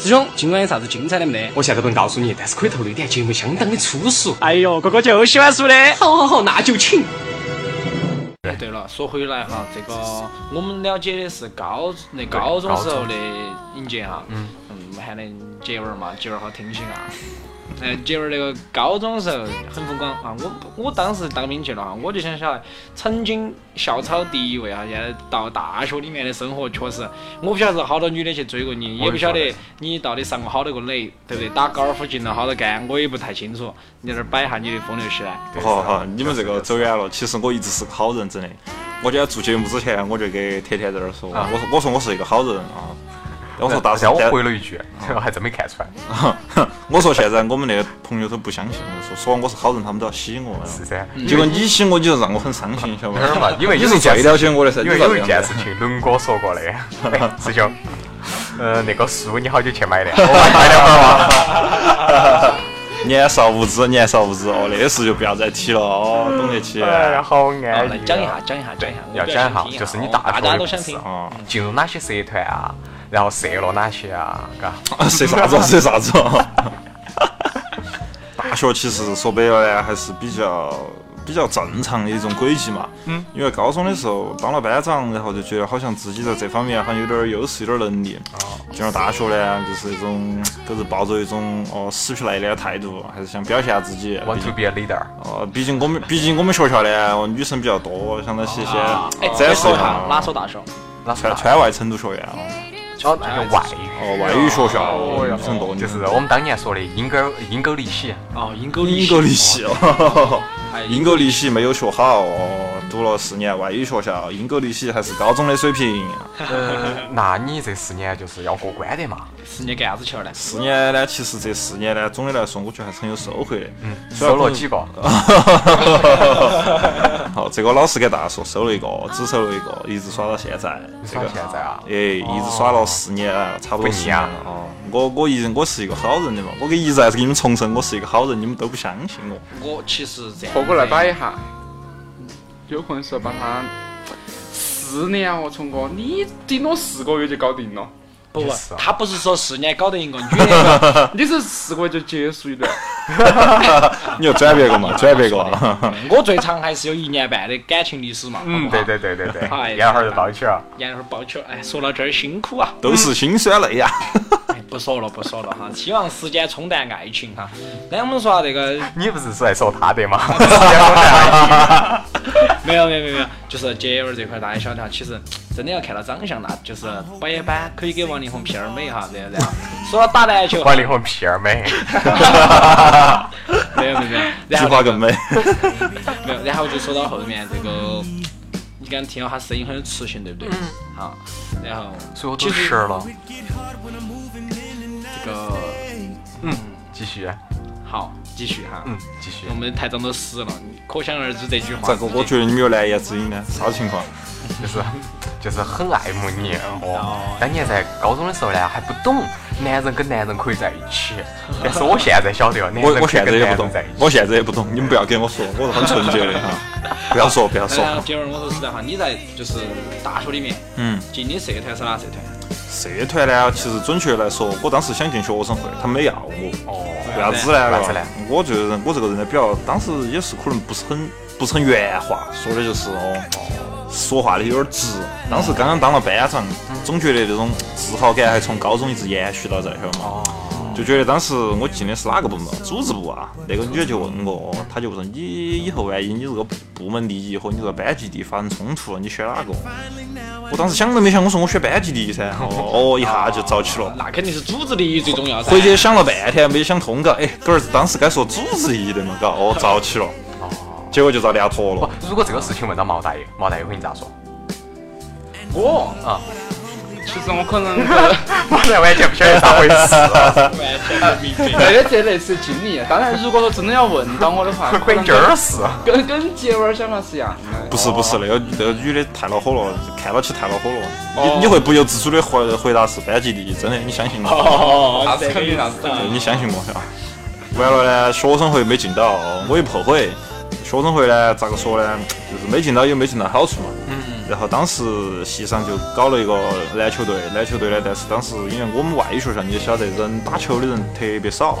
师兄，今晚有啥子精彩的没得？我现在不能告诉你，但是可以透露一点，节目相当的粗俗。哎呦，哥哥就喜欢说的。好好好，那就请。对了，说回来哈，这个我们了解的是高那高中时候的尹杰哈，嗯，嗯，喊的杰文儿嘛，杰文儿好听些啊。哎，杰文儿那个高中时候很风光啊，我我当时当兵去了哈，我就想起来，曾经校草第一位哈，现在到大学里面的生活确实，我不晓得好多女的去追过你，也不晓得你到底上过好多个垒，对不对？打高尔夫进了好多杆，我也不太清楚，你在这儿摆一下你的风流史来。好好，你们这个走远了。其实我一直是个好人，真的。我今天做节目之前，我就给甜甜在那儿说，啊我说我说我是一个好人啊。我嗯说大然后哎我回了一句，我还真没看出来。我说现在我们那个朋友都不相信，说说我是好人，他们都要洗我。是噻，结果你洗我，你就让我很伤心，晓得那儿吗嘛？因为嗯你有是一件最了解我的噻，你因为咋有这一样件子事情，龙哥说 过的，哎师兄，呃，那个书你好久去买 的？我买两本嘛。年少无知，年少无知哦，那事就不要再提了哦，懂得起。哎呀，好安逸啊啊。来讲一下，讲一下，讲一下，我要比较讲想一听下，就是你哦大大家学都的想故事听。啊，进入哪些社团啊，然后涉了哪些啊，嘎。说啥子哦？说啥子哦？ 大学其实说白了呢，还是比较比较正常的一种轨迹嘛。嗯。因为高中的时候当了班长，然后就觉得好像自己在这方面好像有点儿优势，有点儿能力。进了大学呢，就是一种都是抱着一种哦死皮赖脸的态度，还是想表现下自己。 Want to be a leader？哦，毕竟我们毕竟我们学校呢，哦女生比较多，相当些些哎，展再示说一一下哪下。所大学？哪是川川外成都学院哦，哦，那个外语。哦，外语学校，哦哟女生多，就是我们当年说的鹰钩鹰钩离洗，哦，英沟英格利系 哦，英格利系没有学好哦，读了四年外语学校，英格利系还是高中的水平。呃，那你这四年就是要过关的嘛？是你干啥子去了呢？四年呢，其实这四年呢，总的来说，我觉得还是很有收获的。 嗯，收了几 个？好，哦这个老实给大家说，收了一个，只收了一个，一直耍到现在。这耍个到现在啊哎，一直耍了四年了，差不多不四腻年啊了。哦，我我一人，我是一个好人的嘛，我给一直还是给你们重申，我是一个好人，你们都不相信我。我其实这样。错过来摆一下，有可能是把他四年哦，聪哥，你顶多四个月就搞定了，不不也是，啊他不是说四年搞定一个女 的，你这四个月就结束一段，你就转别个嘛，转别个啊嘛。我最长还是有一年半的感情历史嘛。嗯，对对对对对，哎呀然后就到起了。然后抱起，哎，说到这儿辛苦啊， 都是辛酸泪呀。哎，不说了不说了哈，希望时间冲淡爱情哈。那我们说下啊这个你不是在说他的 吗？时间过得还挺没有没有没有没有，就是姐儿这块大家晓得啊哈，其实真的要看到长相啦，就是摆一摆可以给王力宏 P 二美哈，这样这样。说到打篮球，王力宏屁儿美，没有没有没有，然后菊花更美。没有，然后就说到后面这个，你刚听到他声音很有磁性，对不对？好，然后 最后都吃了。这个继续，好，继续哈。嗯，继续我。们台长都死了，你可想而知这句话。咋个？我觉得你们有难言之隐呢？啥情况？就是 就是很爱慕你哦。当年在高中的时候呢，还不懂男人跟男人可以在一 起，但是我现在晓得了，哦男我人我可以现在跟也男不懂人在一起。我现在也不懂。你们不要跟我说，我是很纯洁 的哈。不要说，不要哎然后说。姐儿，我说实在话，你在就是大学里面嗯，进的社团是哪社团？社团呢，其实准确来说，我当时想进学生会，他没要我。哦，为啥子呢？为啥子呢我觉得我这个人呢，比较当时也是可能不是很不是很圆滑，说的就是哦，说话的有点直。当时刚刚当了班长，总觉得这种自豪感还从高中一直延续到这，晓得吗？就觉得当时我进的是哪个部门？组织部啊。那个女的就问我，哦她就说你以后万一你这个部门利益和你这个班级利益发生冲突了，你选哪个？我当时想都没想，我说我选班级利益噻。哦，哦一下就着起了。那肯定是组织利益最重要噻。回去想了半天没想通，嘎，哎，哥儿当时该说组织意义的嘛，嘎，哦，着起了。结果就遭聊坨不了。，哦如果这个事情问到毛大爷，毛大爷会你咋说？哦我啊其实我可能 跟毛大爷完全不晓得咋回事，完全明白。没得这类似的经历，啊当然如果说真的要问到我的话， 可 会能劲儿是。跟跟结婚想法是一样的。不是不是，那个那个女的太恼火了，看到起太恼火了。你你会不由自主的回回答是班级利益，真的，你相信我，哦，这个意思啊你相信我呀。完了呢，学生会没进到，我也不后悔。学生会呢，咋个说呢，就是没尽到有没尽到好处嘛。然后当时西上就搞了一个篮球队，篮球队呢，但是当时因为我们外语学校，你也晓得人打球的人特别少，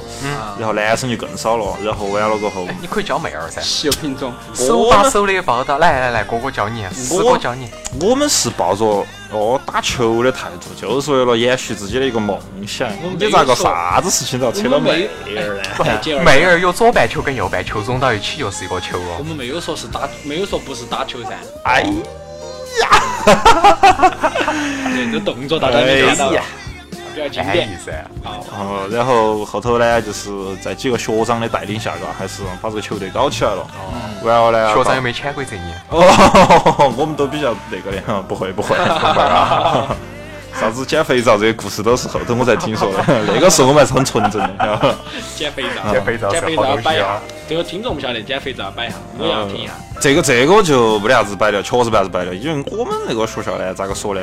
然后男生就更少了。然后完了过 后，哎你可以教妹儿噻，稀有品种，手把手的报道，来来来，哥哥教你，师哥教你。我们是抱着哦打球的态度，就是为了延续自己的一个梦想。你咋个啥子事情都要扯到妹儿呢？妹儿有左半球跟右半球融到一起又是一个球我哦。们没有说是打，没有说不是打球噻，哎对，这动作大家哎没看到，呀！比较经安典逸。噻，哦，然后后头呢，就是在几个学长的带领下，嘎，还是把这个球队搞起来了。然后呢，哦学长有没有潜规则你？哦， 我们都比较那个的， 不会不会，不会 啊。啥子捡肥皂这些故事都是后头我才听说的， 那个时候我们还是很纯真的。减肥皂，减肥皂减是肥好皂东西摆一下啊。嗯这个听众不晓得减肥皂摆一下，我也要听一下。这个这个就没得啥子摆的，确实没啥子摆的，因为我们那个学校呢，咋个说呢？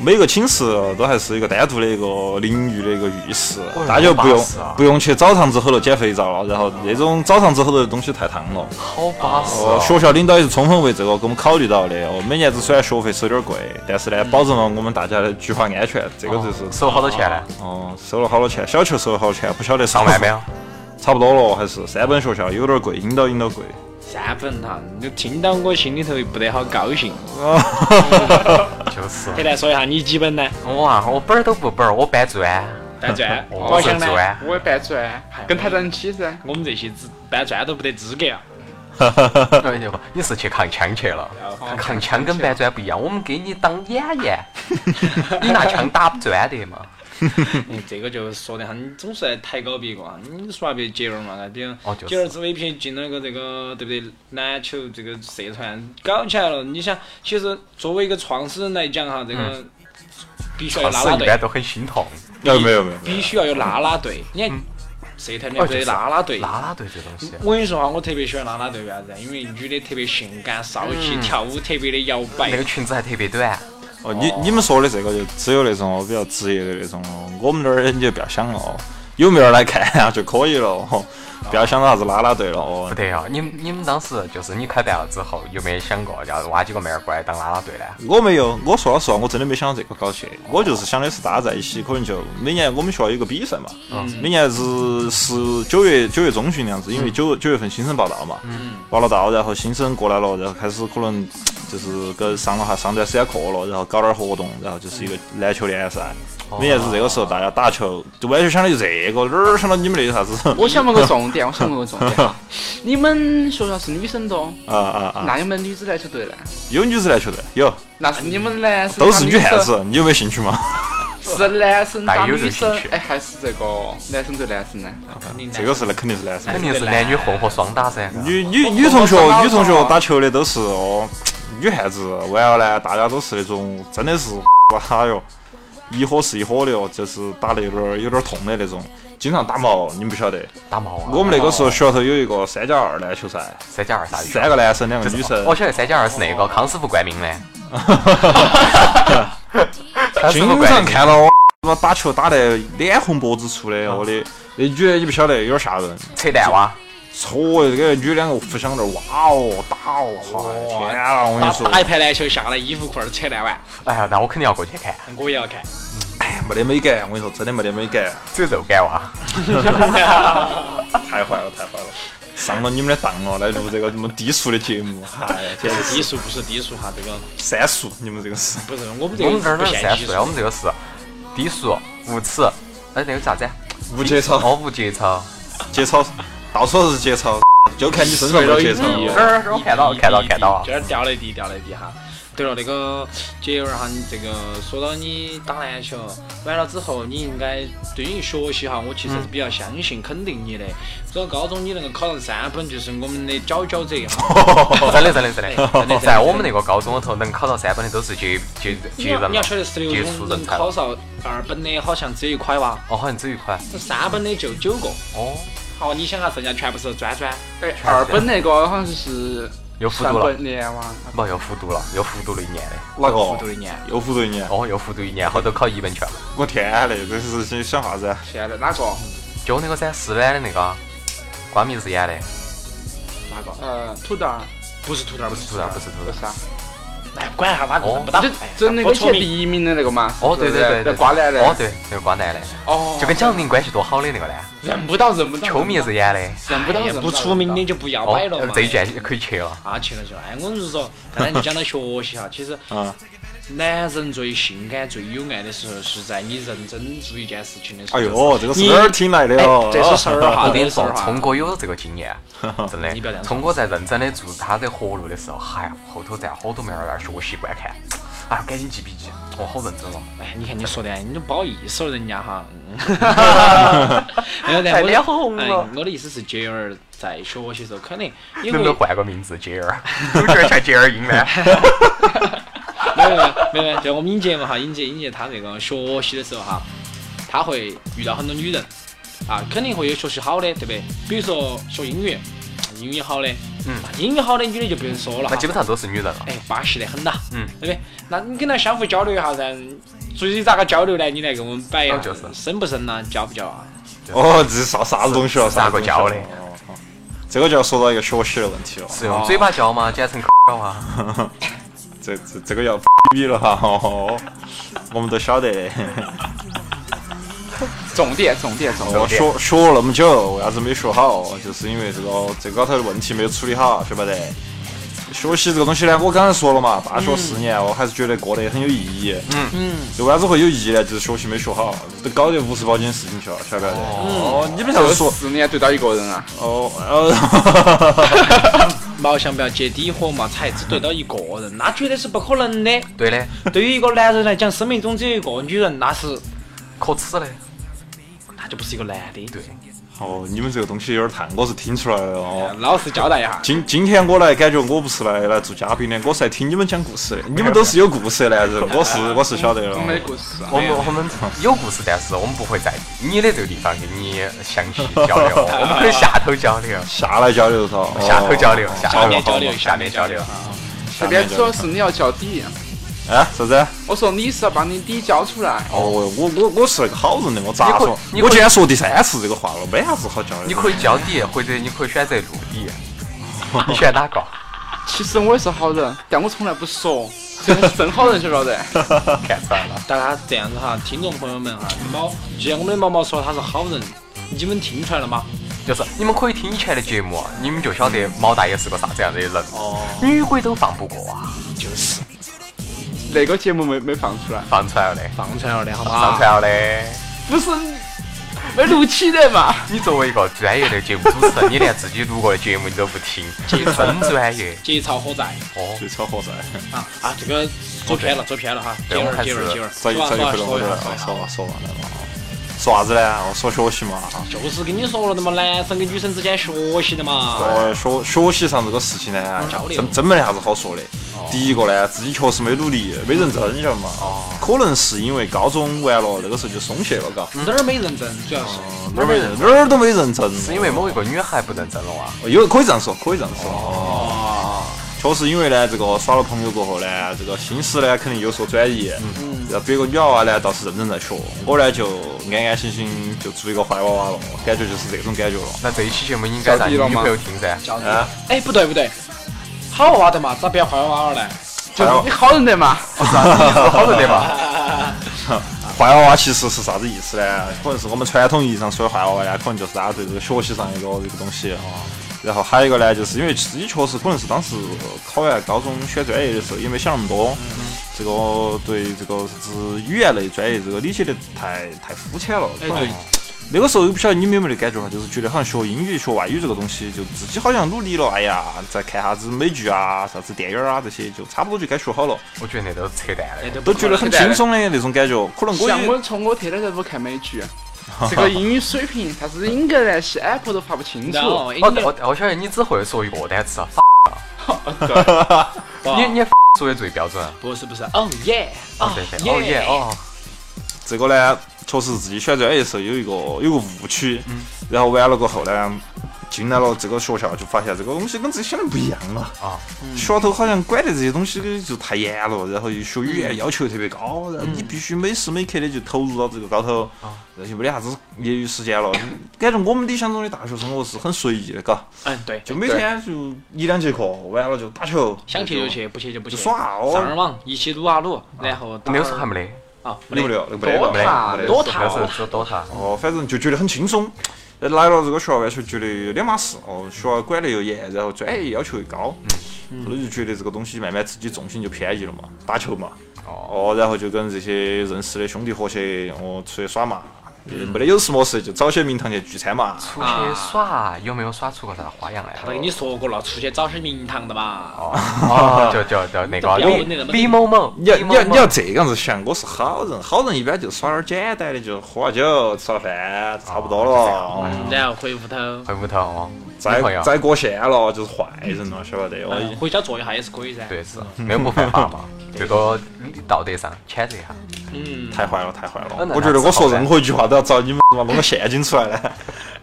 每个寝室啊都还是一个单独的一个淋浴的一个浴室，哎呦那就不用巴适啊不用去澡堂子后头捡肥皂了。然后那种澡堂子后头的东西太烫了。好巴适哦，哦。学校领导也是充分为这个给我们考虑到的。哦，每年子虽然学费收点贵，但是呢，保证了我们大家的居家安全，这个就是收好多钱呢？哦，收了好多钱，小球收了好多钱，不晓得嗯上万没有？？ 差不多了，还是三本学校有点贵，引导引导贵。三本哈，你听到我心里头不得好高兴。就是黑蛋说一下你几本 呢？我啊，我本儿都不本儿，我搬砖，搬砖，我包厢是啊呢？砖。我也搬砖，啊跟他在一起噻。我们这些只搬砖都不得资格啊！哎呦，你是去扛枪去了？扛枪跟搬砖不一样，我们给你当演 员，你拿枪打砖的嘛。嗯，这个就说的哈，你总是来抬高别个啊。你说别杰儿嘛，比如哦就是杰儿自 VP 进了个这个，对不对？篮球这个社团搞起来了，你想，其实作为一个创始人来讲哈，这个嗯必须要有创啦始啦人一队般，都很心痛。没啊有没有没有，必须要有啦啦队。你看社团里嗯哦面就是的啦啦队，啦啦队这东西，我跟你说哈，我特别喜欢啦啦队，为啥子？啊因为女的特别性感、骚气，跳舞特别的摇摆嗯那。个裙子还特别短。哦，你你们说的这个就只有那种比较职业的那种了，我们那儿你就不要想了，哦，有没有人来看啊就可以了，哦，不要想到啥子啦啦队了哦不。对呀、你们你们当时就是你开办了之后，有没有想过要挖几个妹儿过来当啦啦队呢？我没有，我说老实话，我真的没想到这个搞起，我就是想的是大家在一起，可能就每年我们学校有个比赛嘛，嗯每年是十九月九月中旬那样子，因为九九月份新生报道嘛，嗯报了到，然后新生过来了，然后开始可能就是跟上了哈上段时间课了，然后搞点活动，然后就是一个篮球联赛，哦每年是这个时候大家打球，就完全想的就这个，哪儿想到你们那啥子 我想问个重点，我想问个重点 哈，你们学校是女生多，啊啊啊，那有没有女子篮球队呢？有女子篮球队，有，那是你们男生都是打女汉生，子，你有没有兴趣嘛？是男生打但有女人生兴趣，啊哎，还是这个男生对男生呢？这哎个是那肯定是男生。肯定是男女混合双打噻。女女女同学，女同学打球的都是哦，女汉子。完了呢，大家都是那种真的是哇哟，一伙是一伙的哦，就是打得有点儿有点儿痛的那种，经常打毛，你们不晓得。打毛啊！我们那个时候学校头有一个三加二篮球赛，三加二啥意思？三个哦男生，两个就是女生我。晓哦得三加二是那个康师傅冠名的。康师经傅冠常名看到我他妈打球打得脸红脖子粗的，我的那女的你不晓得，有点吓人。扯淡哇！戳这个女两个互相在那儿哇哦打哦，哇天啊！我跟打你说，打一盘篮球下来，衣服裤儿扯烂完，哎呀，那我肯定要过去看，我也要看。哎没得美感，我跟你说，真的没得美感。只有肉感哇！太坏了，太坏了！上了你们的当了，来录这个这么低俗的节目，嗨，简直低俗不是低俗哈，这个三俗！你们这个是不是我们这我们这个儿不哪是三限技术四的，我，们这个是低俗、无耻，哎，那个啥子？无节操，哦，无节操。节操，到处都是节操，就看你身上没有节操。这儿这儿我看到看到看到啊！这儿掉了一地，掉了一地哈。对了，那个杰儿哈，你这个说到你打篮球，完了之后，你应该对于学习哈，我其实嗯是比较相信、肯定你的。这个高中你能够考上三本，就是我们的佼佼者哈。 真的真的真哎真的，的在我们那个高中里头，能考到三本的都是绝绝你绝人要了你要晓得，十杰六出中人能才考上二本的，好像只有一块吧，哦，好像只有一款三本的就九个。哦，好，你想哈，剩下全部是砖砖。哎，二本那个好像是又复上读了本，年哇，不又复读了，又复读了一年的，哪复读个一年，又复读一年？哦，又复读一年，好多考一本去了，我天嘞，这是想想啥子啊？现在哪个？就那个噻，四软的那个，瓜迷日眼的，哪个？呃，土豆儿，不是土豆，不是土豆，不是土不豆。是啊，哎，管他哪个认不到啊就。哎就那我个聪前明第一名的那个嘛。哦，对是不是对对，那瓜男的。哦，对，那个瓜男的，哦，就跟蒋宁关系多好的那个呢，认不到，认不到。球迷之眼的。认不到，哎认呀到不出名的。就不要摆了哦嘛，。这一卷 可以切了。啊，去了去了。哎，我跟你说，刚才你讲到学习哈，其实啊，男人最性感、最有爱的时候，是在你认真做一件事情的时候。哎呦，这个是你哪儿听来的哦？这是事儿哈，我跟这你是事说儿，啊哈。啊聪哥有这个经 验，真你不要这的。样聪哥在认真的做他的活路的时候，嗨呀，后头站好多妹儿在那儿学习观看，哎呀，赶紧记笔记，我好认真哦。哎，你看你说的，你都不好意思了人家 哈。没有的，哎我脸红哎了我的意思是，杰儿在学习的时候， 可能因能为不能换个名字，杰儿？ 主角叫杰儿英 呢？没有没有没有没有，就我们尹杰嘛哈，尹杰尹杰他这个学习的时候哈，他会遇到很多女人啊，肯定会有学习好的，对不对？比如说学英语，英语好的，嗯那英语好的女的就不用说了那哈基，本上都是女人了。哎，巴适的很呐，嗯，对不对？那你跟他相互交流一下噻，至于咋个交流呢？你来给我们摆一下哦就是，深不深呐？交不交啊？哦，这是啥啥子东西啊了？是啥哪个教的东西了？哦哦这个就要说到一个学习的问题了。哦是用嘴巴教吗？简称口啊？这这这个要逼了哈，哦我们都晓得的。重点，重点，重点。我学学了那么久，为啥子没学好？就是因为这个这个高头的问题没有处理好，晓不得？学习这个东西呢，我刚才说了嘛，大学四年，我还是觉得过得很有意义。嗯嗯。这为啥子会有意义呢？就是学习没学好，都搞得乌十八斤的事情去了，晓不得？哦，你们啥这子说？四年对到一个人啊，哦， 呃，毛象不要接底火嘛，才只对到一个人，那绝对是不可能的。对的，对于一个男人来讲，生命中只有一个女人，那是可耻的。那就不是一个男的。对，哦，你们这个东西有点烫，我是听出来了哦。老实交代一下。今今天我来，感觉我不是来来做嘉宾的，我是来听你们讲故事的。你们都是有故事的男人，我是我是晓得了我。没故事啊。我们我们有故事，但是我们不会在你的这个地方跟你详细交 流，我们可以下头交流，下哦来交流是吧？下头交流，哦下下头面交流，下面交流。这边主要是你要交底，啊，啥子？我说你是要把你底交出来。哦，我我我我是个好人的，我咋说？你可以你可以我今天说第三次这个话了，没啥子好交流。你可以交底，或者你可以选择露底， 你选哪个？其实我也是好人，但我从来不说，所以我是真好人，晓不晓 得？看出来了，大家这样子哈，听众朋友们哈，毛，既然我们的毛毛说他是好人，你们听出来了吗？就是你们可以听以前的节目，啊你们就晓得毛大爷是个啥子样的人。哦，女鬼都放不过啊，就是那个节目没没放出来，放出来了的，放出来了的，好放吧出？来了的。不是没录起的嘛？你作为一个专业的节目主持人，你连自己录过的节目你都不 听，真专业节操火灾哦。最扯火灾，啊啊！这个走偏了，走偏了哈，接对我们着还接是着接着，再说再完又回说到完我这说来完了，说啊说完吧说吧来吧。说啥子呢？我说学习嘛。啊就是跟你说了的嘛，男生跟女生之间学习的嘛，哦，学学习上这个事情呢交，流真真没啥子好说的。第一个呢，自己确实没努力，没认真，你晓得嘛？可能是因为高中完了，那个时候就松懈了，嘎，哪儿没认真，主要是哪儿没认，哪儿都没认真。是因为某一个女孩不认真了哇？哦有可以这样说，可以这样说。哦，确实因为呢，这个耍了朋友过后呢，这个心思呢肯定有所转移。嗯，然后别个女娃娃呢倒是认真在学，我呢就安安心心就做一个坏娃娃了，感觉就是这种感觉了。那这一期节目应该让你女朋友听噻。叫啊，哎，不对不对，好娃的嘛，咋变坏娃娃呢？就是你好人的嘛？哦好了的嘛，坏娃娃其实是啥子意思呢？可能是我们传统意义上说的坏娃娃呢，可能就是大家对这个学习上一个这个东西啊。然后还有一个呢，就是因为自己确实可能是当时呃考完高中选专业的时候也没想那么多，这个对这个是语言类专业这个理解的太太肤浅了。哎可能对，那个时候不晓得你们有没得感觉哈，就是觉得好像学英语、学外语这个东西，就自己好像努力了，哎呀，在看啥子美剧啊、啥子电影啊这些，就差不多就该学好了，我觉得那都是扯淡哎的。都不都觉得很轻松的那种感觉。可能我像也我从我天天在屋看美 剧，啊这个英语水平，啥子英格兰西安普都发不清楚然。后我哦我我晓得你只会说一个啊单 词，你你 说的最标准。啊不是不是，Oh yeah，哦对对，哦耶哦，这个嗯哎呢，确实自己选专业的时候有一个有个误区，然后完了过后呢，进来了这个学校，就发现这个东西跟自己想的不一样了啊。学校头好像管得这些东西就太严了，然后学语言要求特别高，嗯然后你必须每时每刻的就投入到这个高头，啊那就没得啥子业余时间了。感觉我们理想中的大学生活是很随意的，嘎，嗯，对，就每天就一两节课，完了就打球，想去就，去，不去就不去。就耍哦上网一起撸啊撸，然后那个时候还没得，啊，有没得得？那没得了，没得没得多啊那塔个时候只有 DOTA。哦，反正就觉得很轻松。呃来了这个学校完全觉得两码事哦，学校管得又严，然后专业要求又高，后来就觉得这个东西慢慢自己重心就偏移了嘛，打球嘛，哦，然后就跟这些认识的兄弟伙去哦出去耍嘛，也没得有事没事就找些名堂去聚餐嘛，出去耍有没有耍出过啥花样来？他都跟你说过了，出去找些名堂的嘛。哦，就就就你那个都不要啊问那个李李某某，你要李你某要某你要这样子想，我是好人，好人一般就耍点儿简单的，就喝下酒吃下饭，差不多了。嗯然后回屋呃头，回屋头哦，女朋再友再过线了就是坏人了，晓得得？哦我已嗯回家坐一下也是可以噻。哎对是啊没有不犯法嘛，最多道德上谴责一下。嗯，太坏了，太坏了嗯！那我觉得我说任何一句话都要找你们他妈把我陷阱出来呢，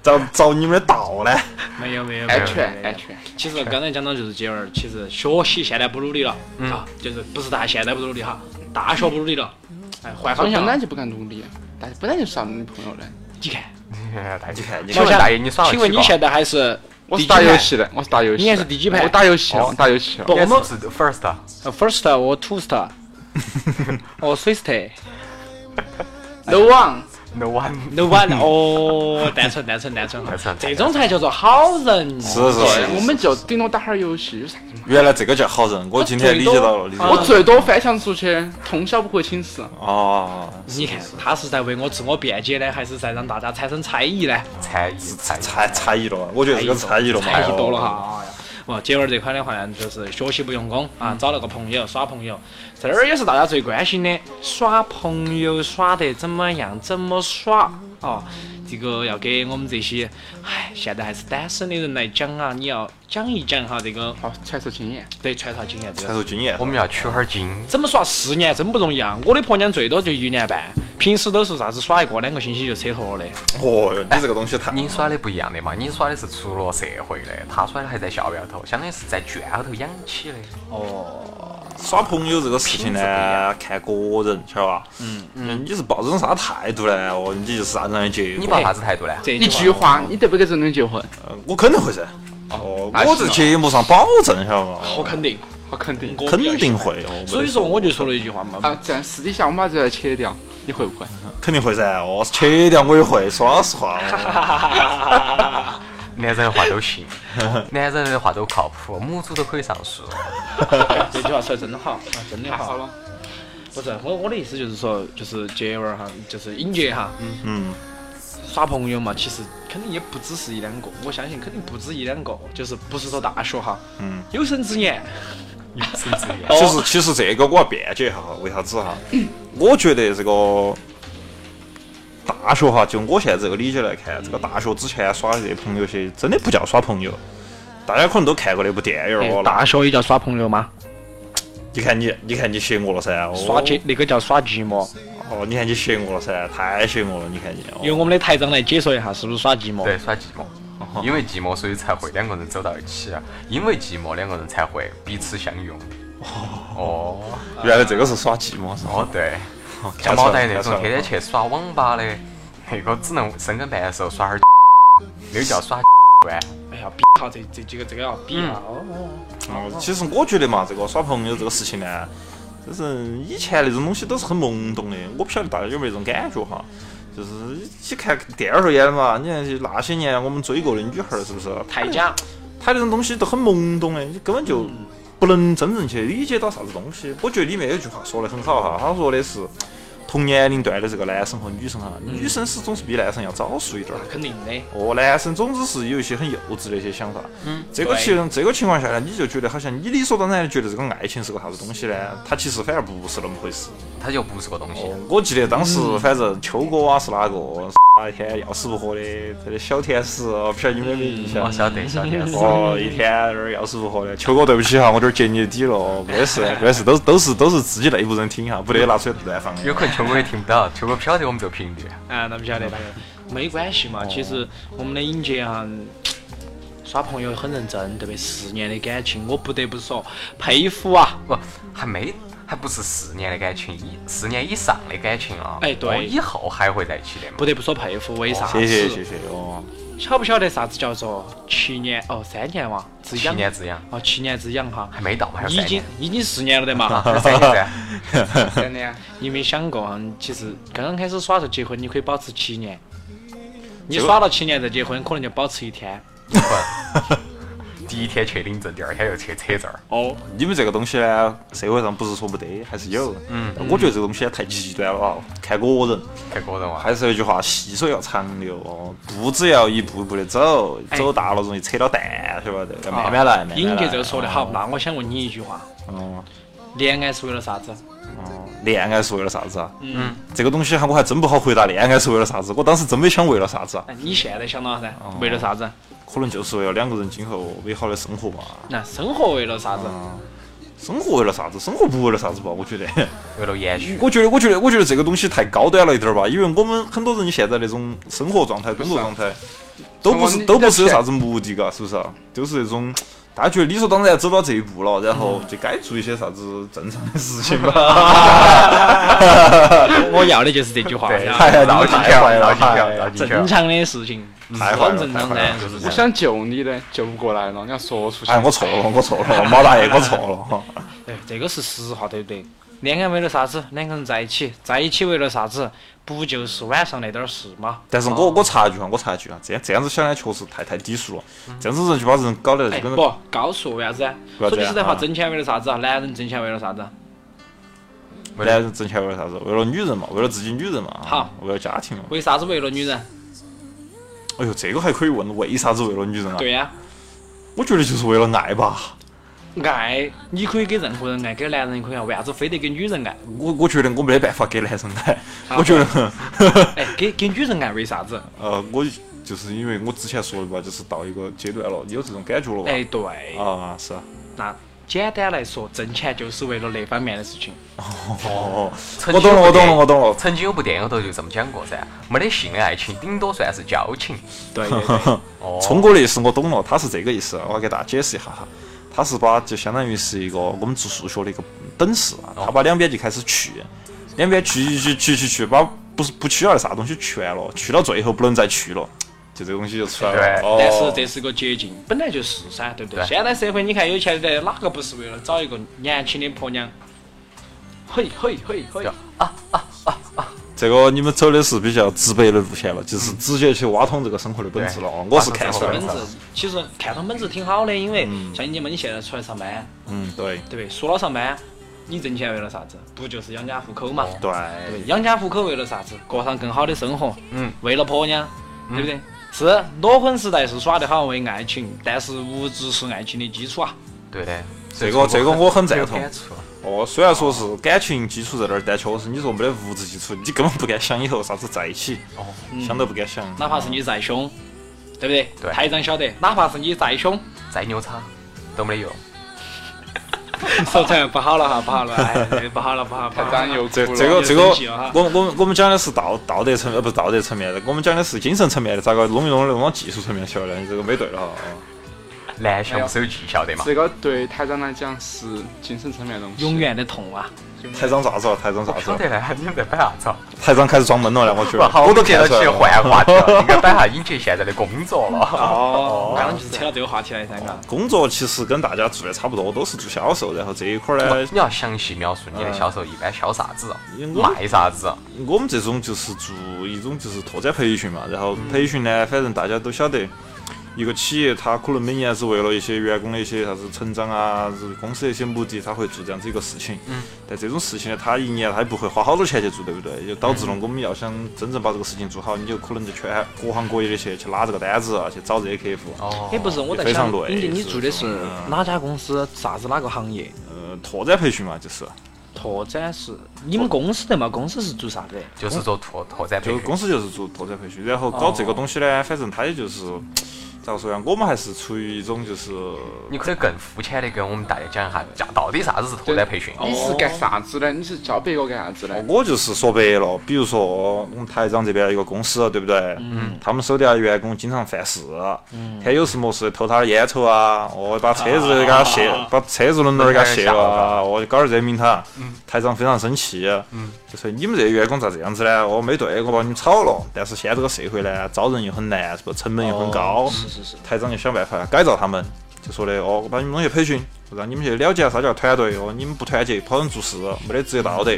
找找你们的道呢。没有没有没哎有哎安全安全，其实刚才讲到就是姐儿，其实学习现在不努力了、嗯啊，就是不是大现在不努力哈，大学不努力了，哎，换方我向本了来。就不敢努力，啊但是本来就少女朋友的。你看，大你爷， 看，你请看问大爷你耍了请问几你把现在还是我第几是打游排戏的，我是打游戏的。你也是第几排我打游戏的，哦我打游戏的不。应该我们是指 first 啊呃 first 我 two star，哦 three star。No one, no one。 no one，哦，单纯单纯单纯单纯，这种才叫做好人。是是对，是，我们就顶多打会儿游戏，有啥子嘛？原来这个叫好人，我今天理解到了，啊理解到我了。最多翻墙出去，通宵不回寝室。哦，你看，他是在为我自我辩解呢，还是在让大家产生猜疑呢？ 才艺才艺，猜猜疑了，我觉得这个猜疑了嘛，太多了哈。哎呀哦，姐儿这块的话呢，就是学习不用功啊，找了个朋友耍朋友，这儿也是大家最关心的，耍朋友耍得怎么样，怎么耍哦？这个要给我们这些，唉，现在还是单身的人来讲啊，你要讲一讲哈，这个好，传授哦经验。对传授经验，这才个说经验我。们要取哈儿经。怎么耍四年真不容易啊！我的婆娘最多就一年半，平时都是啥子耍一个两个星期就扯脱了的。哦哟，你这个东西太……你耍的不一样的嘛，你耍的是出了社会的，他耍的还在校园头，相当于是在圈后头养起的。耍朋友这个事情呢，看个人，晓得吧？嗯嗯，你是抱着种啥态度呢？哦，你就是啥子样的结你果。抱啥子态度呢？这一句话，你得不得跟这种人结婚？呃我肯定会噻。哦，我在节目上保证，晓得我吗？肯定，好，肯定。我哦肯比较喜定欢。会哦。所以说，我就说了一句话嘛，啊，这样私底下我们把这个切 掉，你会不会？肯定会噻，哦，切掉我也会，说老实 话，哦男人的话都信，男人的话都靠谱，母猪都可以上树。哦这句话说得真好，啊真的太好好。了，不是，我我的意思就是说，就是姐娃儿哈，就是英姐哈，嗯，嗯，耍朋友嘛，其实肯定也不只是一两个，我相信肯定不止一两个，就是不是说大学哈，嗯，有生之年，其实其实这个我要辩解一下哈，为啥子哈？我觉得这个大学哈，就我现在这个理解来看，这个大学之前耍的这些朋友些，真的不叫耍朋友。大家可能都看过那部电影哦，哎大那学也叫耍朋友吗？你看你，你看你学我了噻，哦耍寂，那个叫耍寂寞。哦，你看你学我了噻，太学我了，你看你，哦由我们的台长来解说一下，是不是耍寂寞？对，，耍寂寞，哦因为寂寞，所以才会两个人走到一起，啊因为寂寞，两个人才会彼此相拥。哦原来这个是耍寂寞是吧？哦，对，像看出毛来蛋那了看出种来天了天去耍网吧的，那个只能深更半夜的时候耍哈儿，那个叫耍关。哎呀，比哈这这几个这个要比哈，哦，哦，其实我觉得嘛，这个耍朋友这个事情呢，就是以前那种东西都是很懵懂的，我不晓得大家有没有这种感觉哈。就是去看电影儿时候演的嘛，你看那些年我们追过的女孩儿，是不是？太假，她那种东西都很懵懂的，你根本就不能真正去理解到啥子东西。我觉得里面有句话说得很好哈，他说的是同年龄段的这个男生和女生哈，女生始终是比男生要早熟一点儿。肯定的。哦，男生总之是有一些很幼稚的一些想法。嗯，这个情这个情况下呢，你就觉得好像你理所当然的觉得这个爱情是个啥子东西呢？它其实反而不是那啊么回事。哦它就不是个东西。哦我记得当时反正秋哥啊是哪个， 那一天要死不活的，他的小天使，我不晓得你们有没有印象我？晓得，晓得。哦，一天在那儿要死不活的。秋哥，对不起哈，我这儿揭你的底了，哦没得事，没得事，都都是都是自己内部人听哈，不得拿出来乱放的 有。可能秋哥也听不到，秋哥不晓得我们这个频率。哦啊，那不晓得，没关系嘛。其实我们的影姐哈，耍啊朋友很认真，特别四年的感情，我不得不说佩服啊！不，还没，还不是四年的感情，一四年以上的感情啊。哎对我以后还会在一起的嘛。不得不说佩服，为啥子？谢谢谢谢哦，晓不晓得啥子叫做七年哦，三年哇，之七痒年之痒，哦，七年之痒哈，还没到，还有已三经年，已经四年了的嘛。还有三年噻。真的啊，你没想过哈，其实刚刚开始耍时候结婚，你可以保持七年，你耍了七年再结婚，可能就保持一天。 第一天去领证，第二天又去扯证儿。哦，你们这个东西呢，社会上不是说没得，还是有。嗯，我觉得这个东西呢太极端了啊，看个人。看个人哇，还是那句话，细水要长流哦，步子要一步一步的走，哎走大了容易扯到蛋，晓不得？啊要慢慢来，慢慢来。哦尹杰这个说得好，那我想问你一句话：嗯。恋爱是为了啥子？哦，恋爱是为了啥子啊？嗯，这个东西哈，我还真不好回答。恋爱是为了啥子？我当时真没想为了啥子啊，哎，你现在想到噻，为了啥子？可能就是为了两个人今后美好的生活吧。那生活为了啥子？生活为了啥子？生活不为了啥子吧？我觉得，为了延续。我觉得，我觉得，我觉得这个东西太高端了一点儿吧，因为我们很多人现在那种生活状态、工作状态，都不生活是你都不是有啥子目的，嘎，是不是啊？就是那种大家觉得理所当然走到这一步了，然后就该做一些啥子正常的事情吧。 我要的就是这句话。对，哎呀绕进去太坏了，绕了进去了，太绕进去正了。常的事情，是太坏很了正常太坏噻了。就是这我样。想救你的，救不过来了，你要说出去。哎，我错了，我错了，马大爷，我错了。 对，这个是实话，对不对？恋爱为了啥子？两个人在一起，在一起为了啥子？不就是晚上那点儿事吗？但是我我插一句哈，啊我插一句哈，这样这样子想呢，确实太太低俗了。这样子人就把人搞得哎，就跟不，高速为啥子啊？为说啥子啊句实在话，啊挣钱为了啥子啊？男人挣钱为了啥子啊？男人挣钱为了啥子？为了女人嘛，为了自己女人嘛，啊好为了家庭嘛。为啥子为了女人？哎呦，这个还可以问，为啥子为了女人啊？对呀、我觉得就是为了爱吧。爱你可以给任何人爱，给男人也可以爱，为啥子非得给女人爱？我我觉得我没得办法给男生爱，我觉得，哎，给给女人爱为啥子？呃，我就是因为我之前说的吧，就是到一个阶段了，你有这种感觉了吧？哎，对，啊，是啊，那简单来说，挣钱就是为了那方面的事情。哦，曾我经懂了，有我部懂电了，影我懂了。曾经有部电影头就这么讲过噻，没得性的爱情，顶多算是交情。对对对，哦，聪哥的意思我懂了，他是这个意思，我给大家解释一下哈。他是把就相当于是一个我们做数学的一个等式啊，他把两边就开始去，两边去去去去去，把不是不需要的啥东西全了，去到最后不能再去了，就这个东西就出来了。对哦但是这是个捷径，本来就是噻，对不对？对现在社会，你看有钱的哪个不是为了找一个年轻的婆娘？嘿嘿嘿嘿对，这个你们走的是比较直白的路线了，就是直接去挖通这个生活的本质了。我是看出来本质了。其实看通本质挺好的，因为像你们你现在出来上班，嗯，对对不对？说了上班，你挣钱为了啥子？不就是养家糊口嘛？对，对不对，养家糊口为了啥子？过上更好的生活。嗯，为了婆娘，对不对？是裸婚时代是耍得好为爱情，但是物质是爱情的基础啊。对的，这个这个我很赞同有感触哦，虽然说是感情基础在那儿，但确实你说没得物质基础，你根本不敢想以后啥子在一起，嗯哦，想都不敢想。哪怕是你再凶，对不对？对台长晓得，哪怕是你再凶，再牛叉都没得用。说出来不好了哈，不好了，哎，不好了，不好了，不好太了长又这哭了这个又这生个气了哈，我们我们我们讲的是道道德层面，呃不是道德层面的，我们讲的是精神层面的，咋个弄一弄弄往技术层面去了呢？你这个没对了哈。哦男雄守技晓得嘛？这个对台长来讲是精神层面的东西。永远的痛啊！台长咋子啊了？台长咋不子晓了？得呢，你们在摆啥子啊？台长开始装闷了呢，我觉不好，得。我都们接看着出来去了。换下话题了，应该摆下英杰现在的工作了。哦，刚刚就是扯到这个话题来噻，嘎。工作其实跟大家做的差不多，都是做销售，然后这一块儿呢，你要详细描述你的销售一般销啥子，因为我卖啥子，我们这种就是做一种就是拓展培训嘛，然后培训呢，反正大家都晓得，一个企业它可能每年是为了一些员工的一些啥子成长啊，是公司的一些目的，它会做这样子一个事情。嗯。但这种事情呢，它一年它也不会花好多钱去做，对不对？也就导致了我们要想真正把这个事情做好，你就可能就全各行各业的去去拉这个单子啊，去找这些客户。哦哎，不是，我在非想常，累你你做的是是嗯哪家公司，啥子哪个行业？呃，拓展培训嘛，就是拓展是你们公司的嘛？公司是做啥子的？就是做拓拓展培就训。哦公司就是做拓展培训，然后搞这个东西呢，反正它也就是。咋个说呀？我们还是处于一种就是你可以更肤浅的跟我们大家讲一下，讲到底啥子是拓展培训？哦你是干啥子的？你是教别个干啥子的？我就是说白了，比如说我们台长这边一个公司，对不对？嗯。他们手底下员工经常犯事，嗯。他有事没事偷他的烟抽啊，哦，把车子给他卸，把车子轮胎给他卸了啊，哦，就搞点这名堂。台长非常生气，嗯，就说你们这些员工咋这样子呢？哦，没对，我把你们炒了。但是现在这个社会呢，招人又很难，是不？成本又很高。哦是是是。台长就想办法改造他们，就说的哦，我把你们弄去培训，让你们去了解啥叫团队哦，你们不团结，跑人做事，没得职业道德。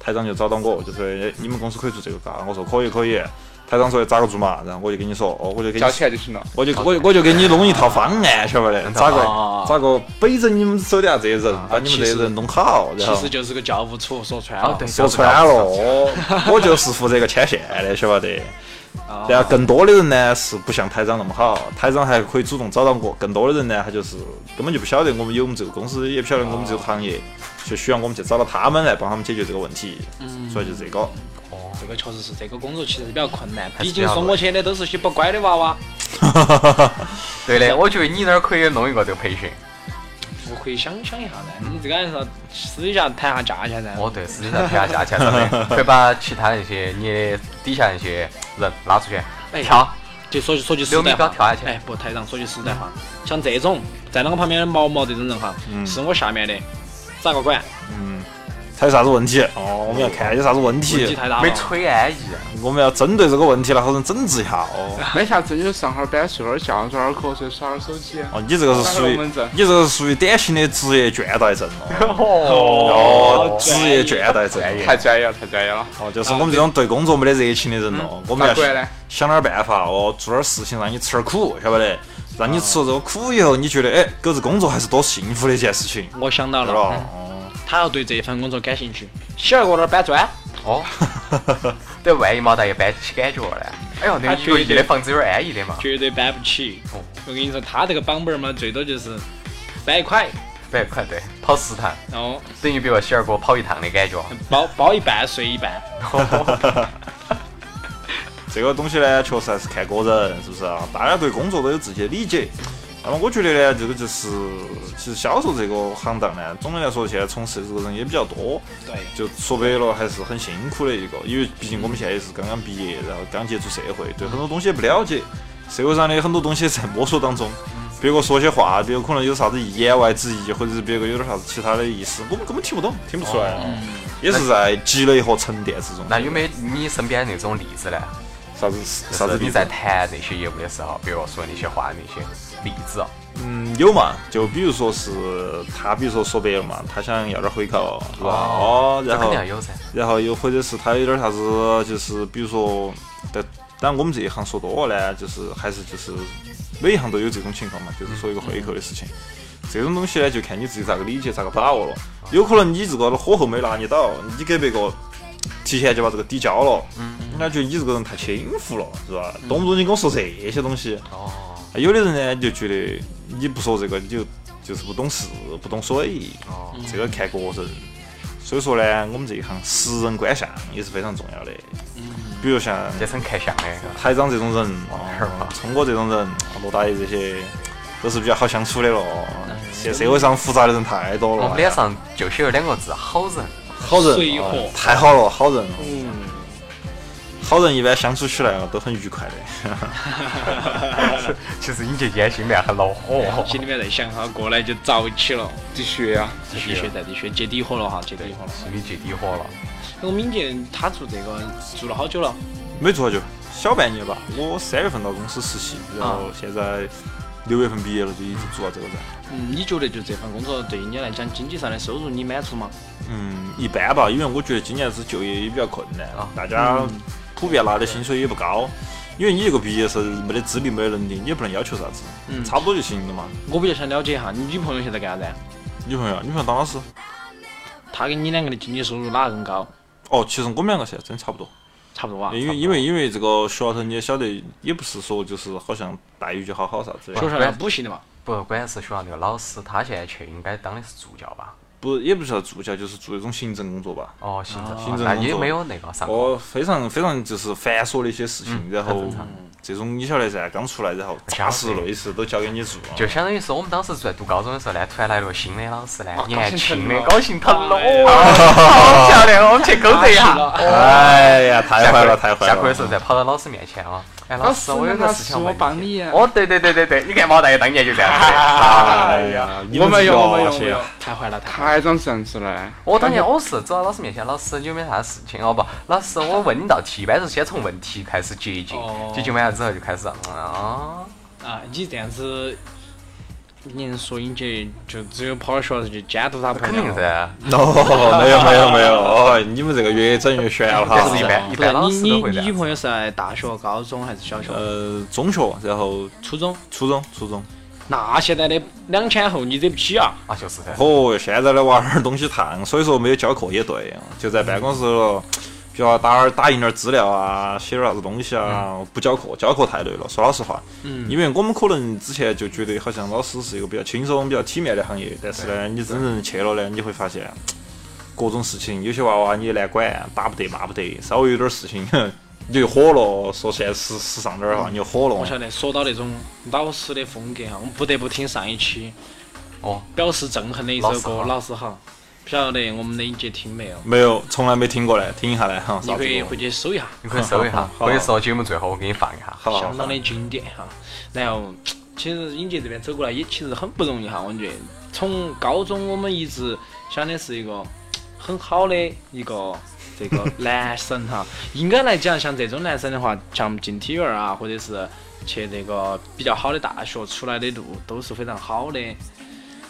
台长就找到我，就说哎你们公司可以做这个嘎，我说可以可以。台长说咋个做嘛，然后我就跟你说，哦，我就给你交，钱就 行了。我就我就我就给你弄一套方案，晓得不得？咋个咋个背着你们手底下这些人，把你们这些人弄好，然其后实就是个教务处说穿哦了，对，说穿了，哦我就是负责一个牵线的，晓得不得？哦然后更多的人呢是不像台长那么好，台长还可以主动找到我。更多的人呢，他就是根本就不晓得我们有我们这个公司，也不晓得我们哦这个行业，就需要我们去找到他们来帮他们解决这个问题。嗯所以就这个。这个确实是这个工作其实比较困难，还是毕比竟较送我去的都是些不乖的娃娃，对的，我觉得你那儿可以弄一个这个培训。不可以想想一下呢，嗯你这个还是要私底下谈下价钱噻。哦，对，实际上下价钱真的，可以把其他那些你的底下那些人拉出哎去跳。就说句说句实刘在米高话，跳下去哎，不，台长说句实在话，像这种站到我旁边的毛毛这种人哈，嗯是我下面的，咋个管？他嗯有啥子问题？哦，我们要看有啥子问问题题，太大了。没崔安逸，我们要针对这个问题来好生整治一下。 哦，没啥子，你就上哈儿班，睡会儿觉，耍会儿瞌睡，耍会儿手机。啊哦，你这个是属于 我们这你这个是属于典型的职业倦怠症哦，哦哦，职业倦怠症。太专业了，太专业了。哦，就是我们这种对工作没得热情的人哦，我们要咋管呢想点办法哦，做点事情让你吃点苦，晓不得？让你吃了这个苦以后，你觉得哎，狗子工作还是多幸福的一件事情，我想到对了，吧？哦，他要对这份工作感兴趣，小个那儿搬砖，哦，对，万一毛大爷搬起感觉了，哎呦，那他一个绝亿啊对的房子有点安逸的嘛，绝对搬不起哦。我跟你说，他这个榜本儿嘛，最多就是搬一块，百块对，跑十趟，然后等于比我喜儿哥跑一趟的感觉。包包一半睡一半。这个东西呢，确实还是看个人，是不是啊？大家对工作都有自己的理解。那么我觉得呢，这个就是其实销售这个行当呢，总的来说现在从事这个人也比较多，对，就说白了还是很辛苦的一个，因为毕竟我们现在也是刚刚毕业，然后刚接触社会，对很多东西也不了解，社会上的很多东西在摸索当中。别个说些话，别个可能有啥子言外之意，或者是别个有点啥子其他的意思，我们根本听不懂，听不出来，也是在积累和沉淀之中。哦那有没有你身边那种例子呢？啥子啥就是子你例子在谈这些业务的时候，比如说那些话那些例子哦，嗯，有嘛？就比如说是他，比如说说白了嘛，他想要点回扣，是吧？哦，这然肯后定要有噻。然后又或者是他有点啥子，就是比如说，但但我们这一行说多了呢，就是还是就是每一行都有这种情况嘛，就是说一个回扣的事情。这种东西呢，就看你自己咋个理解、咋个把握了。嗯有可能你这个火候没拿捏到，你给别个提前就把这个抵交了，人家觉得你这个人太轻浮了，是吧？动不动你跟我说这些东西，哦，有的人呢就觉得你不说这个，你就就是不懂事、不懂水，哦这个看个人。所以说呢，我们这一行识人观相也是非常重要的。比如像这是很看相的。哦台嗯长这种人，是吗哦，聪哥这种人，罗大爷这些，都是比较好相处的了。现在社会上复嗯杂的人太多我了，们脸上就是有两个字，好人。好人嗯水哦火太好了，好人。好人一般相处起来哦都很愉快的。其实你这烟心里面很恼火。心里面在想哈，过来就遭起了，继续啊呀，继续啊学在继续接底火了哈，接底火了。心里最底火了。那个敏捷他做这个做了好久了？没做好久，小半年吧。我三月份到公司实习，啊然后现在六月份毕业了，就一直做到这个站。嗯，你觉得就这份工作对于你来讲，经济上的收入你满足吗？嗯，一般吧，因为我觉得今年子就业也比较困难，啊大家普遍拿的薪水也不高。因为你一个毕业生没得资历、没得能力，你也不能要求啥子，嗯差不多就行了嘛。我比较想了解一下，你女朋友现在干啥子？女朋友，女朋友当老师。她跟你两个的经济收入哪个更高？哦，其实我们两个现在真差不多，差不多哎啊。因为因为因为这个学校头你也晓得，也不是说就是好像待遇就好好啥子的学，校哎要补习的嘛，不管是学校那个老师，他现在去应该当的是助教吧？不也不是要助教，就是做一种行政工作吧。哦，行政，行政那工也作没有那个上过。哦，非常非常就是繁琐的一些事情，然后这种你晓得噻，刚出来然后家事累事都交给你做，就相当于是我们当时在读高中的时候呢，突然来了个新的老师呢，高年兴轻疼的了啊高兴疼了，哦，好漂亮，我们去勾搭一 下。哦哎呀，太下坏课了，太坏了！下课的时候再跑到老师面前啊，哎，老师，我有个老事师情要我问帮你。你啊。哦，对对对对对，你看毛大爷当年就这 样子的。哎呀，你我没有，我没有，这没个有啊，太坏了，太坏了。太长绳子了。我当年我是走到老师面前，老师你有没有啥事情？哦不，老师我问你道题，一般是先从问题开始接近哦，接近完了之后就开始嗯啊，啊，你这样子，你能说英杰就只有跑到学校去监督他朋肯友定噻。 哦，没有没有没有，哦，你们这个越整越悬了但 哈是。一般一不是般老你师都你会这你女样子。朋友是在大学、高中还是小学？呃，中学，然后初中？初中，初中。那现在的两千后你惹不起啊！啊，就是的。哦，现在的娃儿东西烫，所以说没有教课也对，就在办公室了，比如打打印点儿资料啊，写点儿啥子东西啊，不教课，教课太累了。说老实话，嗯，因为我们可能之前就觉得好像老师是一个比较轻松、比较体面的行业，但是呢，你真正去了呢，你会发现各种事情，有些娃娃你也难管，打不得骂不得，稍微有点事情。 哼你就火了，说现在时时尚点儿的话，你就火了。我晓得，说到那种老师的风格哈，啊我们不得不听上一期哦表示憎恨的一首歌老师好《老师好》，不晓得我们的英杰听没有？没有，从来没听过嘞，听一下来哈。你啥子可以歌回去搜一下，你可以搜一下，好或者说节目最后我给你放一下。好相当的经典哈。然后，其实英杰这边走过来也其实很不容易哈，我觉得从高中我们一直想的是一个很好的一个这 个男生哈。应该来讲，像这种男生的话，像进体院啊，或者是去那个比较好的大学出来的路都是非常好的。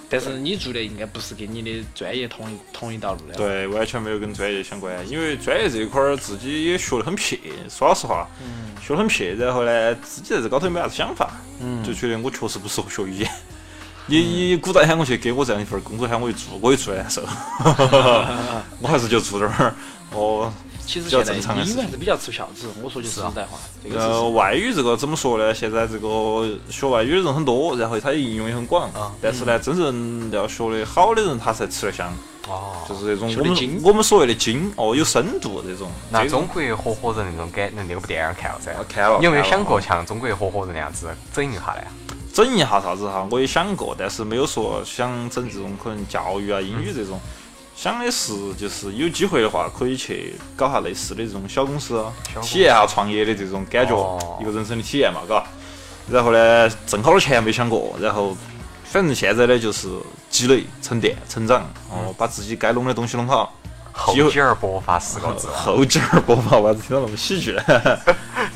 但是你做的应该不是跟你的专业同一同一道路的。，对，完全没有跟专业相关，因为专业这一块儿自己也学得很撇，说老实话，嗯学得很撇，然后呢，自己在这高头也没啥子想法，嗯就觉得我确实不适合学语言。你你鼓捣喊我去给我这样一份工作，喊我去做，我又做 难受，我还是就做点儿哦。其实比较现在正常的事英语情还是比较吃孝子。我说句实在话，这个是呃，外语这个怎么说呢？现在这个学外语的人很多，然后它应用也很广，啊但是呢，嗯真正要学的好的人，他才吃得香，哦，就是这种学我得们精我们所谓的精哦，有深度这种。那这种中国合伙人那种感，那那个部电影看了噻啊？看了你有没有看了想过像中国合伙人那样子整一下呢？整一下啥子哈，我也想过，但是没有说想整这种可能教育啊、英语这种。想的是，就是有机会的话，可以去搞下类似的这种小公司啊小，公司体验下创业的这种感觉，哦一个人生的体验嘛，嘎。然后呢，挣好多钱没想过，然后反正现在呢就是积累、沉淀、成长，嗯哦，把自己该弄的东西弄好，厚机会积而薄发四个 字啊。后劲儿播放，为啥子听到那么 喜剧呢？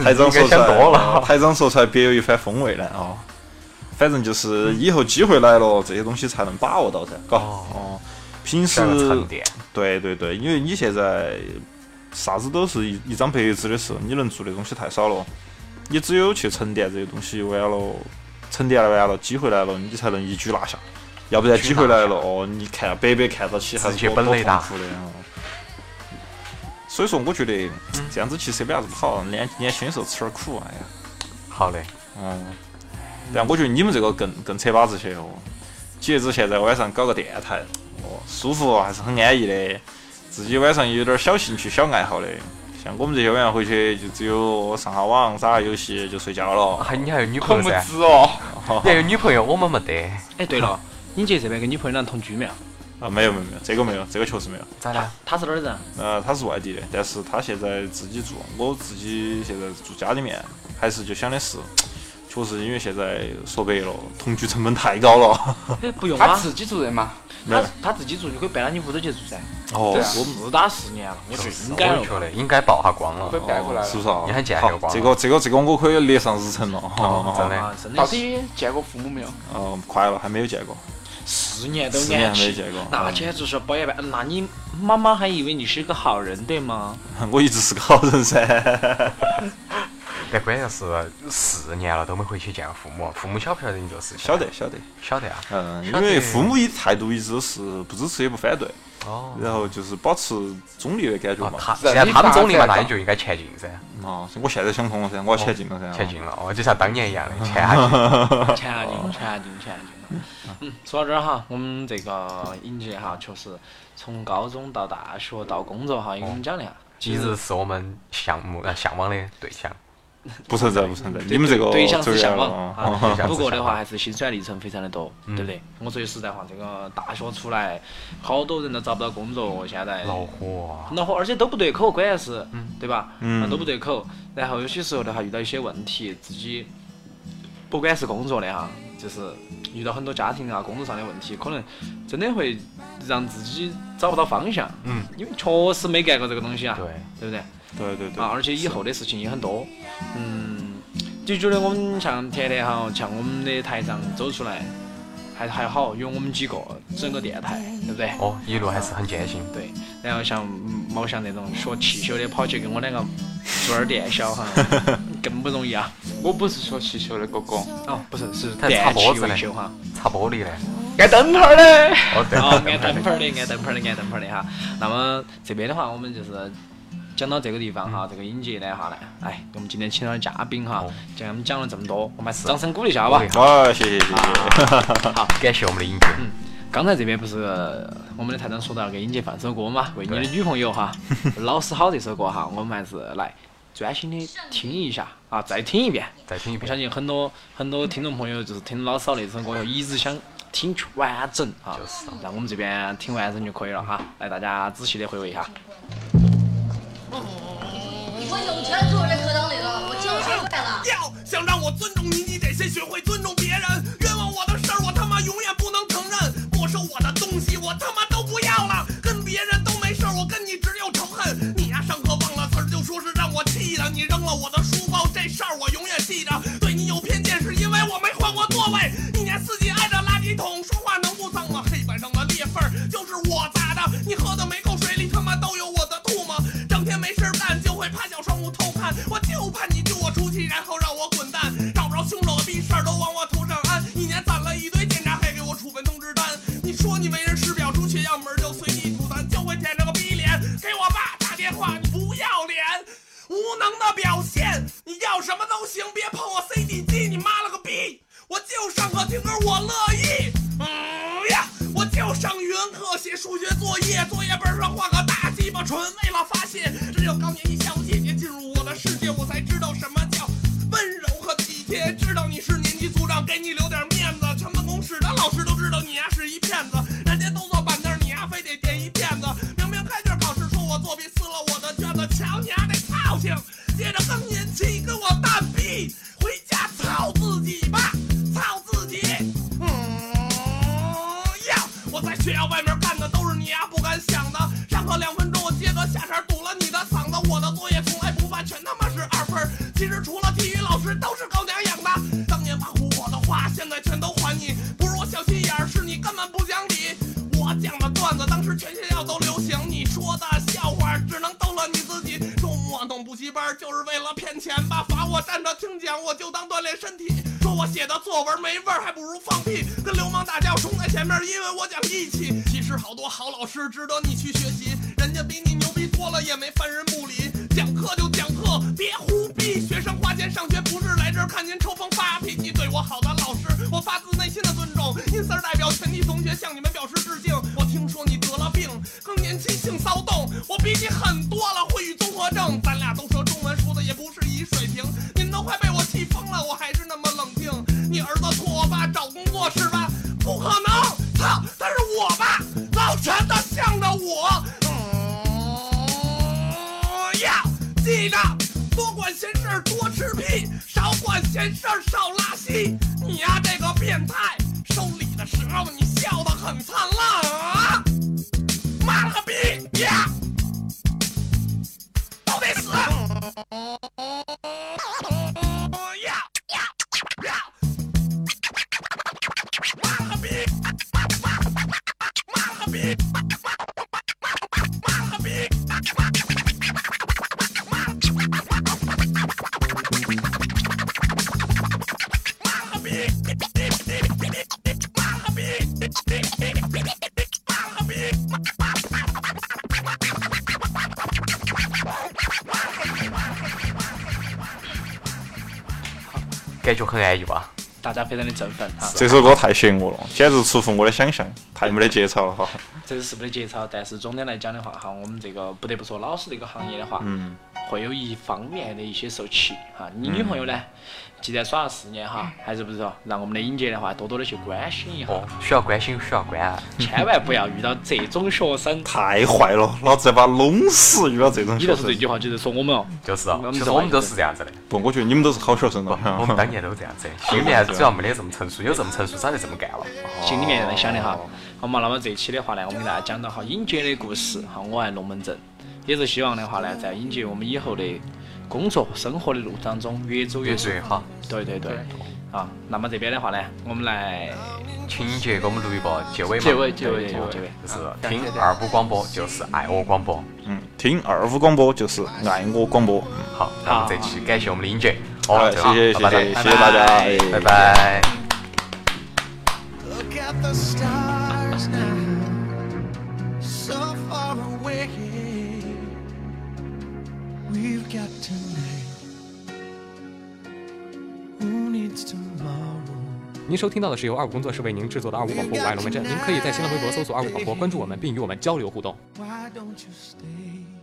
台长说应该出想来多了台长说出来别有一番风味呢哦。反正就是以后机会来了，这些东西才能把握到噻，嘎。哦哦，平时像个沉淀，对对对，因为你现在啥子都是一一张白纸的时候，你能做的东西太少了，你只有去沉淀这些东西，完了沉淀了完了，机会来了，你才能一举拿下。要不然机会来了哦，你看白白看到起，还直是接多奔多雷痛达苦的哦。所以说，我觉得这样子其实也没啥子不好，年年轻的时候吃点苦，哎呀，好嘞，嗯。但我觉得你们这个更更扯把子些哦，姐子现在晚上搞个电台，哦，舒服还是很安逸的，自己晚上有点小兴趣、小爱好的。像我们这些晚上回去就只有上下网、耍下游戏就睡觉了。还你还有女朋友恐怖噻？子哦！你还有女朋友，我们没得，哎，对了，英杰这边跟你朋友俩同居没有？啊，没有没有没有，这个没有，这个确实没有。咋了？他是哪儿人？啊呃，他是外地的，但是他现在自己住，我自己现在住家里面，还是就想的是，确实因为现在说白了，同居成本太高了。哎，不用他啊，自己住的嘛？没有他他自己住，你可以搬到你屋头去住噻。哦，我们自打四年了，我觉得应该我了也。觉得应该曝下光可以了。带过来是不了。是啊？你还见好有光这个这个这个我可以列上日程了。哦真的啊，真到的是底见过父母没有？哦，快了，还没有见过。四年都四年年没见过那嗯简直是包夜办。那你妈妈还以为你是个好人，对吗？我一直是个好人噻。 但关键是四年了都没回去见父母，父母晓不晓得你这个事情？晓得晓得，晓得啊。嗯，因晓得为父母一态度一直都是不支持也不反对，哦。然后就是保持中立的感觉哦嘛，。他既然他们中立嘛，那你就应该前进噻，哦，我现在想通了噻，我要前进了噻。前进了哦，就像当年一样的前啊下去。前进，前进，前进。嗯，说到这儿哈，我们这个尹杰哈，确实从高中到啊大学到工作哈，也给我们讲了一下。一直是我们项目呃向往的对象。不存在，不存在。你哦们这个对象走是向远了往啊。啊。不过的话，还是心酸历程非常的多，嗯对不对？我说句实在话，这个大学出来，好多人都找不到工作，现在恼火啊，恼火，而且都不对口，关键是，对吧？嗯啊都不对口。然后有些时候的话，遇到一些问题，自己不管是工作的哈，就是遇到很多家庭啊、工作上的问题，可能真的会让自己找不到方向。嗯，因为确实没干过这个东西啊，对，对不对？对对对啊，，而且以后的事情也很多。嗯，就觉得我们像甜甜哈，像我们的台长走出来，还还好，有我们几个整个电台，对不对？哦，一路还是很艰辛，对，然后像嗯毛翔那种学汽修的，跑去跟我两个做点电销 哈，更不容易啊。我不是学汽修的哥哥，哦，不是，是他电擦脖器子维嘞修哈。擦玻璃嘞，按灯泡儿的，哦对，哦，按灯泡儿的，按灯泡儿的，按灯泡儿的哈。那么这边的话，我们就是讲到这个地方哈，这个影节呢哈呢，哎，我们今天请到的嘉宾哈哦，讲我们讲了这么多，我们还是掌声鼓励一下好吧鼓励？好，谢谢谢谢。 好，感谢我们的英姐，刚才这边不是呃我们的台长说到给尹杰放首歌嘛，为你的女朋友哈，老师好这首歌哈，我们还是来专心的听一下啊，再听一遍。再听一我遍相。信很多很多听众朋友就是听老少那首歌以后，一直想听完整啊。就是那我们这边听完整就可以了哈，来大家仔细的回味一下。你说有权坐在课堂里头，我教谁坏了？要想让我尊重你，你得先学会尊重别人。冤枉我的事儿，我他妈永远不能承认。没收我的东西，我他妈都不要了。跟别人都没事儿，我跟你只有仇恨。你呀、上课忘了词儿，就说是让我气的。你扔了我的书包，这事儿我永远记着。对你有偏见，是因为我没换过座位。一年四季挨着垃圾桶，说话能不脏吗？黑板上的裂缝儿就是我砸的。你喝的每口水里他妈都有我的吐沫。整天没事儿干就会趴小窗户偷看，我就盼你丢我出去，然后让我滚蛋。找不着凶手的逼事儿都往我头上安，一年攒了一堆检查，还给我处分通知单。你说你为人师表，出学校门儿就随地吐痰，就会舔着个逼脸。给我爸打电话，你不要脸。无能的表现，你要什么都行，别碰我 CD 机，你妈了个逼！我就上课听歌，我乐意。嗯呀，我就上语文课写数学作业，作业本上画个大鸡巴唇，为了发泄。只有高年级、下午几年进入我的世界，我才知道什么叫温柔和体贴。知道你是年级组长，给你留点面子。全办公室的老师都知道你呀、是一骗子，人家都坐板凳，你呀、非得垫一垫子。明明开卷考试说我作弊，撕了我的卷子，瞧你丫、这操性！接着更年期跟我蛋逼，回家操自己吧，操自己。嗯呀，我在学校外面干的都是你啊呀、不敢想的。上课两分钟，我接着下茬堵了你的嗓子。我的作业从来不犯，全他妈是二分儿。其实除了体育老师，都是狗娘养的。当年挖苦我的话，现在全都还你。不是我小心眼儿，是你根本不讲理。我讲的段子，当时全学校都流行。你说的笑话，只能逗乐你自己。周末弄补习班，就是为了骗钱吧？罚我站着听讲，我就当锻炼身体。说我写的作文没味儿，还不如放屁。跟流氓打架，我冲在前面，因为我讲义气。其实好多好老师值得你去学习，人家比你牛逼多了，也没犯人不理。讲课就讲课，别胡逼。学生花钱上学不是来这儿看您抽风发脾气。对我好的老师，我发自内心的尊重。因此而代表全体同学向你们表示致敬。我听说你得了病，更年期性骚动，我比你狠多了，会语综合症。咱俩都说中文，说的也不是一水平。您都快被我气疯了，我还是那么冷静。你儿子托我爸找工作是吧？不可能，操，他是我爸，老陈他向着我。嗯呀，记着多管闲事儿多吃屁，少管闲事儿少拉稀。你呀、这个变态，收礼的时候你笑得很灿烂啊！妈了个逼呀！都得死！呀呀呀！妈了个逼！妈了个逼！妈了个逼！感觉很安逸吧？大家非常的振奋啊哈，这首歌太炫我了，简直出乎我的想象，太没得节操了哈。这是不得节操，但是总的来讲的话哈，我们这个不得不说，老师这个行业的话，嗯，会有一方面的一些受气哈。嗯你女朋友呢，既然耍了四年哈，还是不是说让我们的英姐的话多多的去关心一下，哦，需要关心，需要关爱。千万不要遇到这种学生。太坏了，老子要把弄死！遇到这种你学就是生这，句话，就是说我们哦，就是啊我，们其实这我外们国都人是这样子的，不，我觉得你们都是好学生不了。，我们当年都这样子的，心里面主要没得这么成熟，有这么成熟早就这么干了。心里面在想的哈。好嘛，那么这一期的话呢，我们给大家讲到哈尹杰的故事哈，我爱龙门阵，也是希望的话呢，在尹杰我们以后的工作生活的路当中越走越越做顺越。好，对对对。啊，那么这边的话呢，我们来请英姐给我们录一个结尾嘛。结尾结结尾尾结结尾尾结尾。就是听二五广播就是爱我广播。嗯，听二五广播就是爱我广播。好，那么这期感谢我们的英姐，好，哦，对谢吧拜拜谢谢谢谢谢大家，哎拜拜。 Look at the stars now, so far away. We've got tonight. Who needs tomorrow? 您收听到的是由二五工作室为您制作的《二五广播我爱龙门阵》，您可以在新浪微博搜索“二五广播”，关注我们，并与我们交流互动。 Why don't you stay?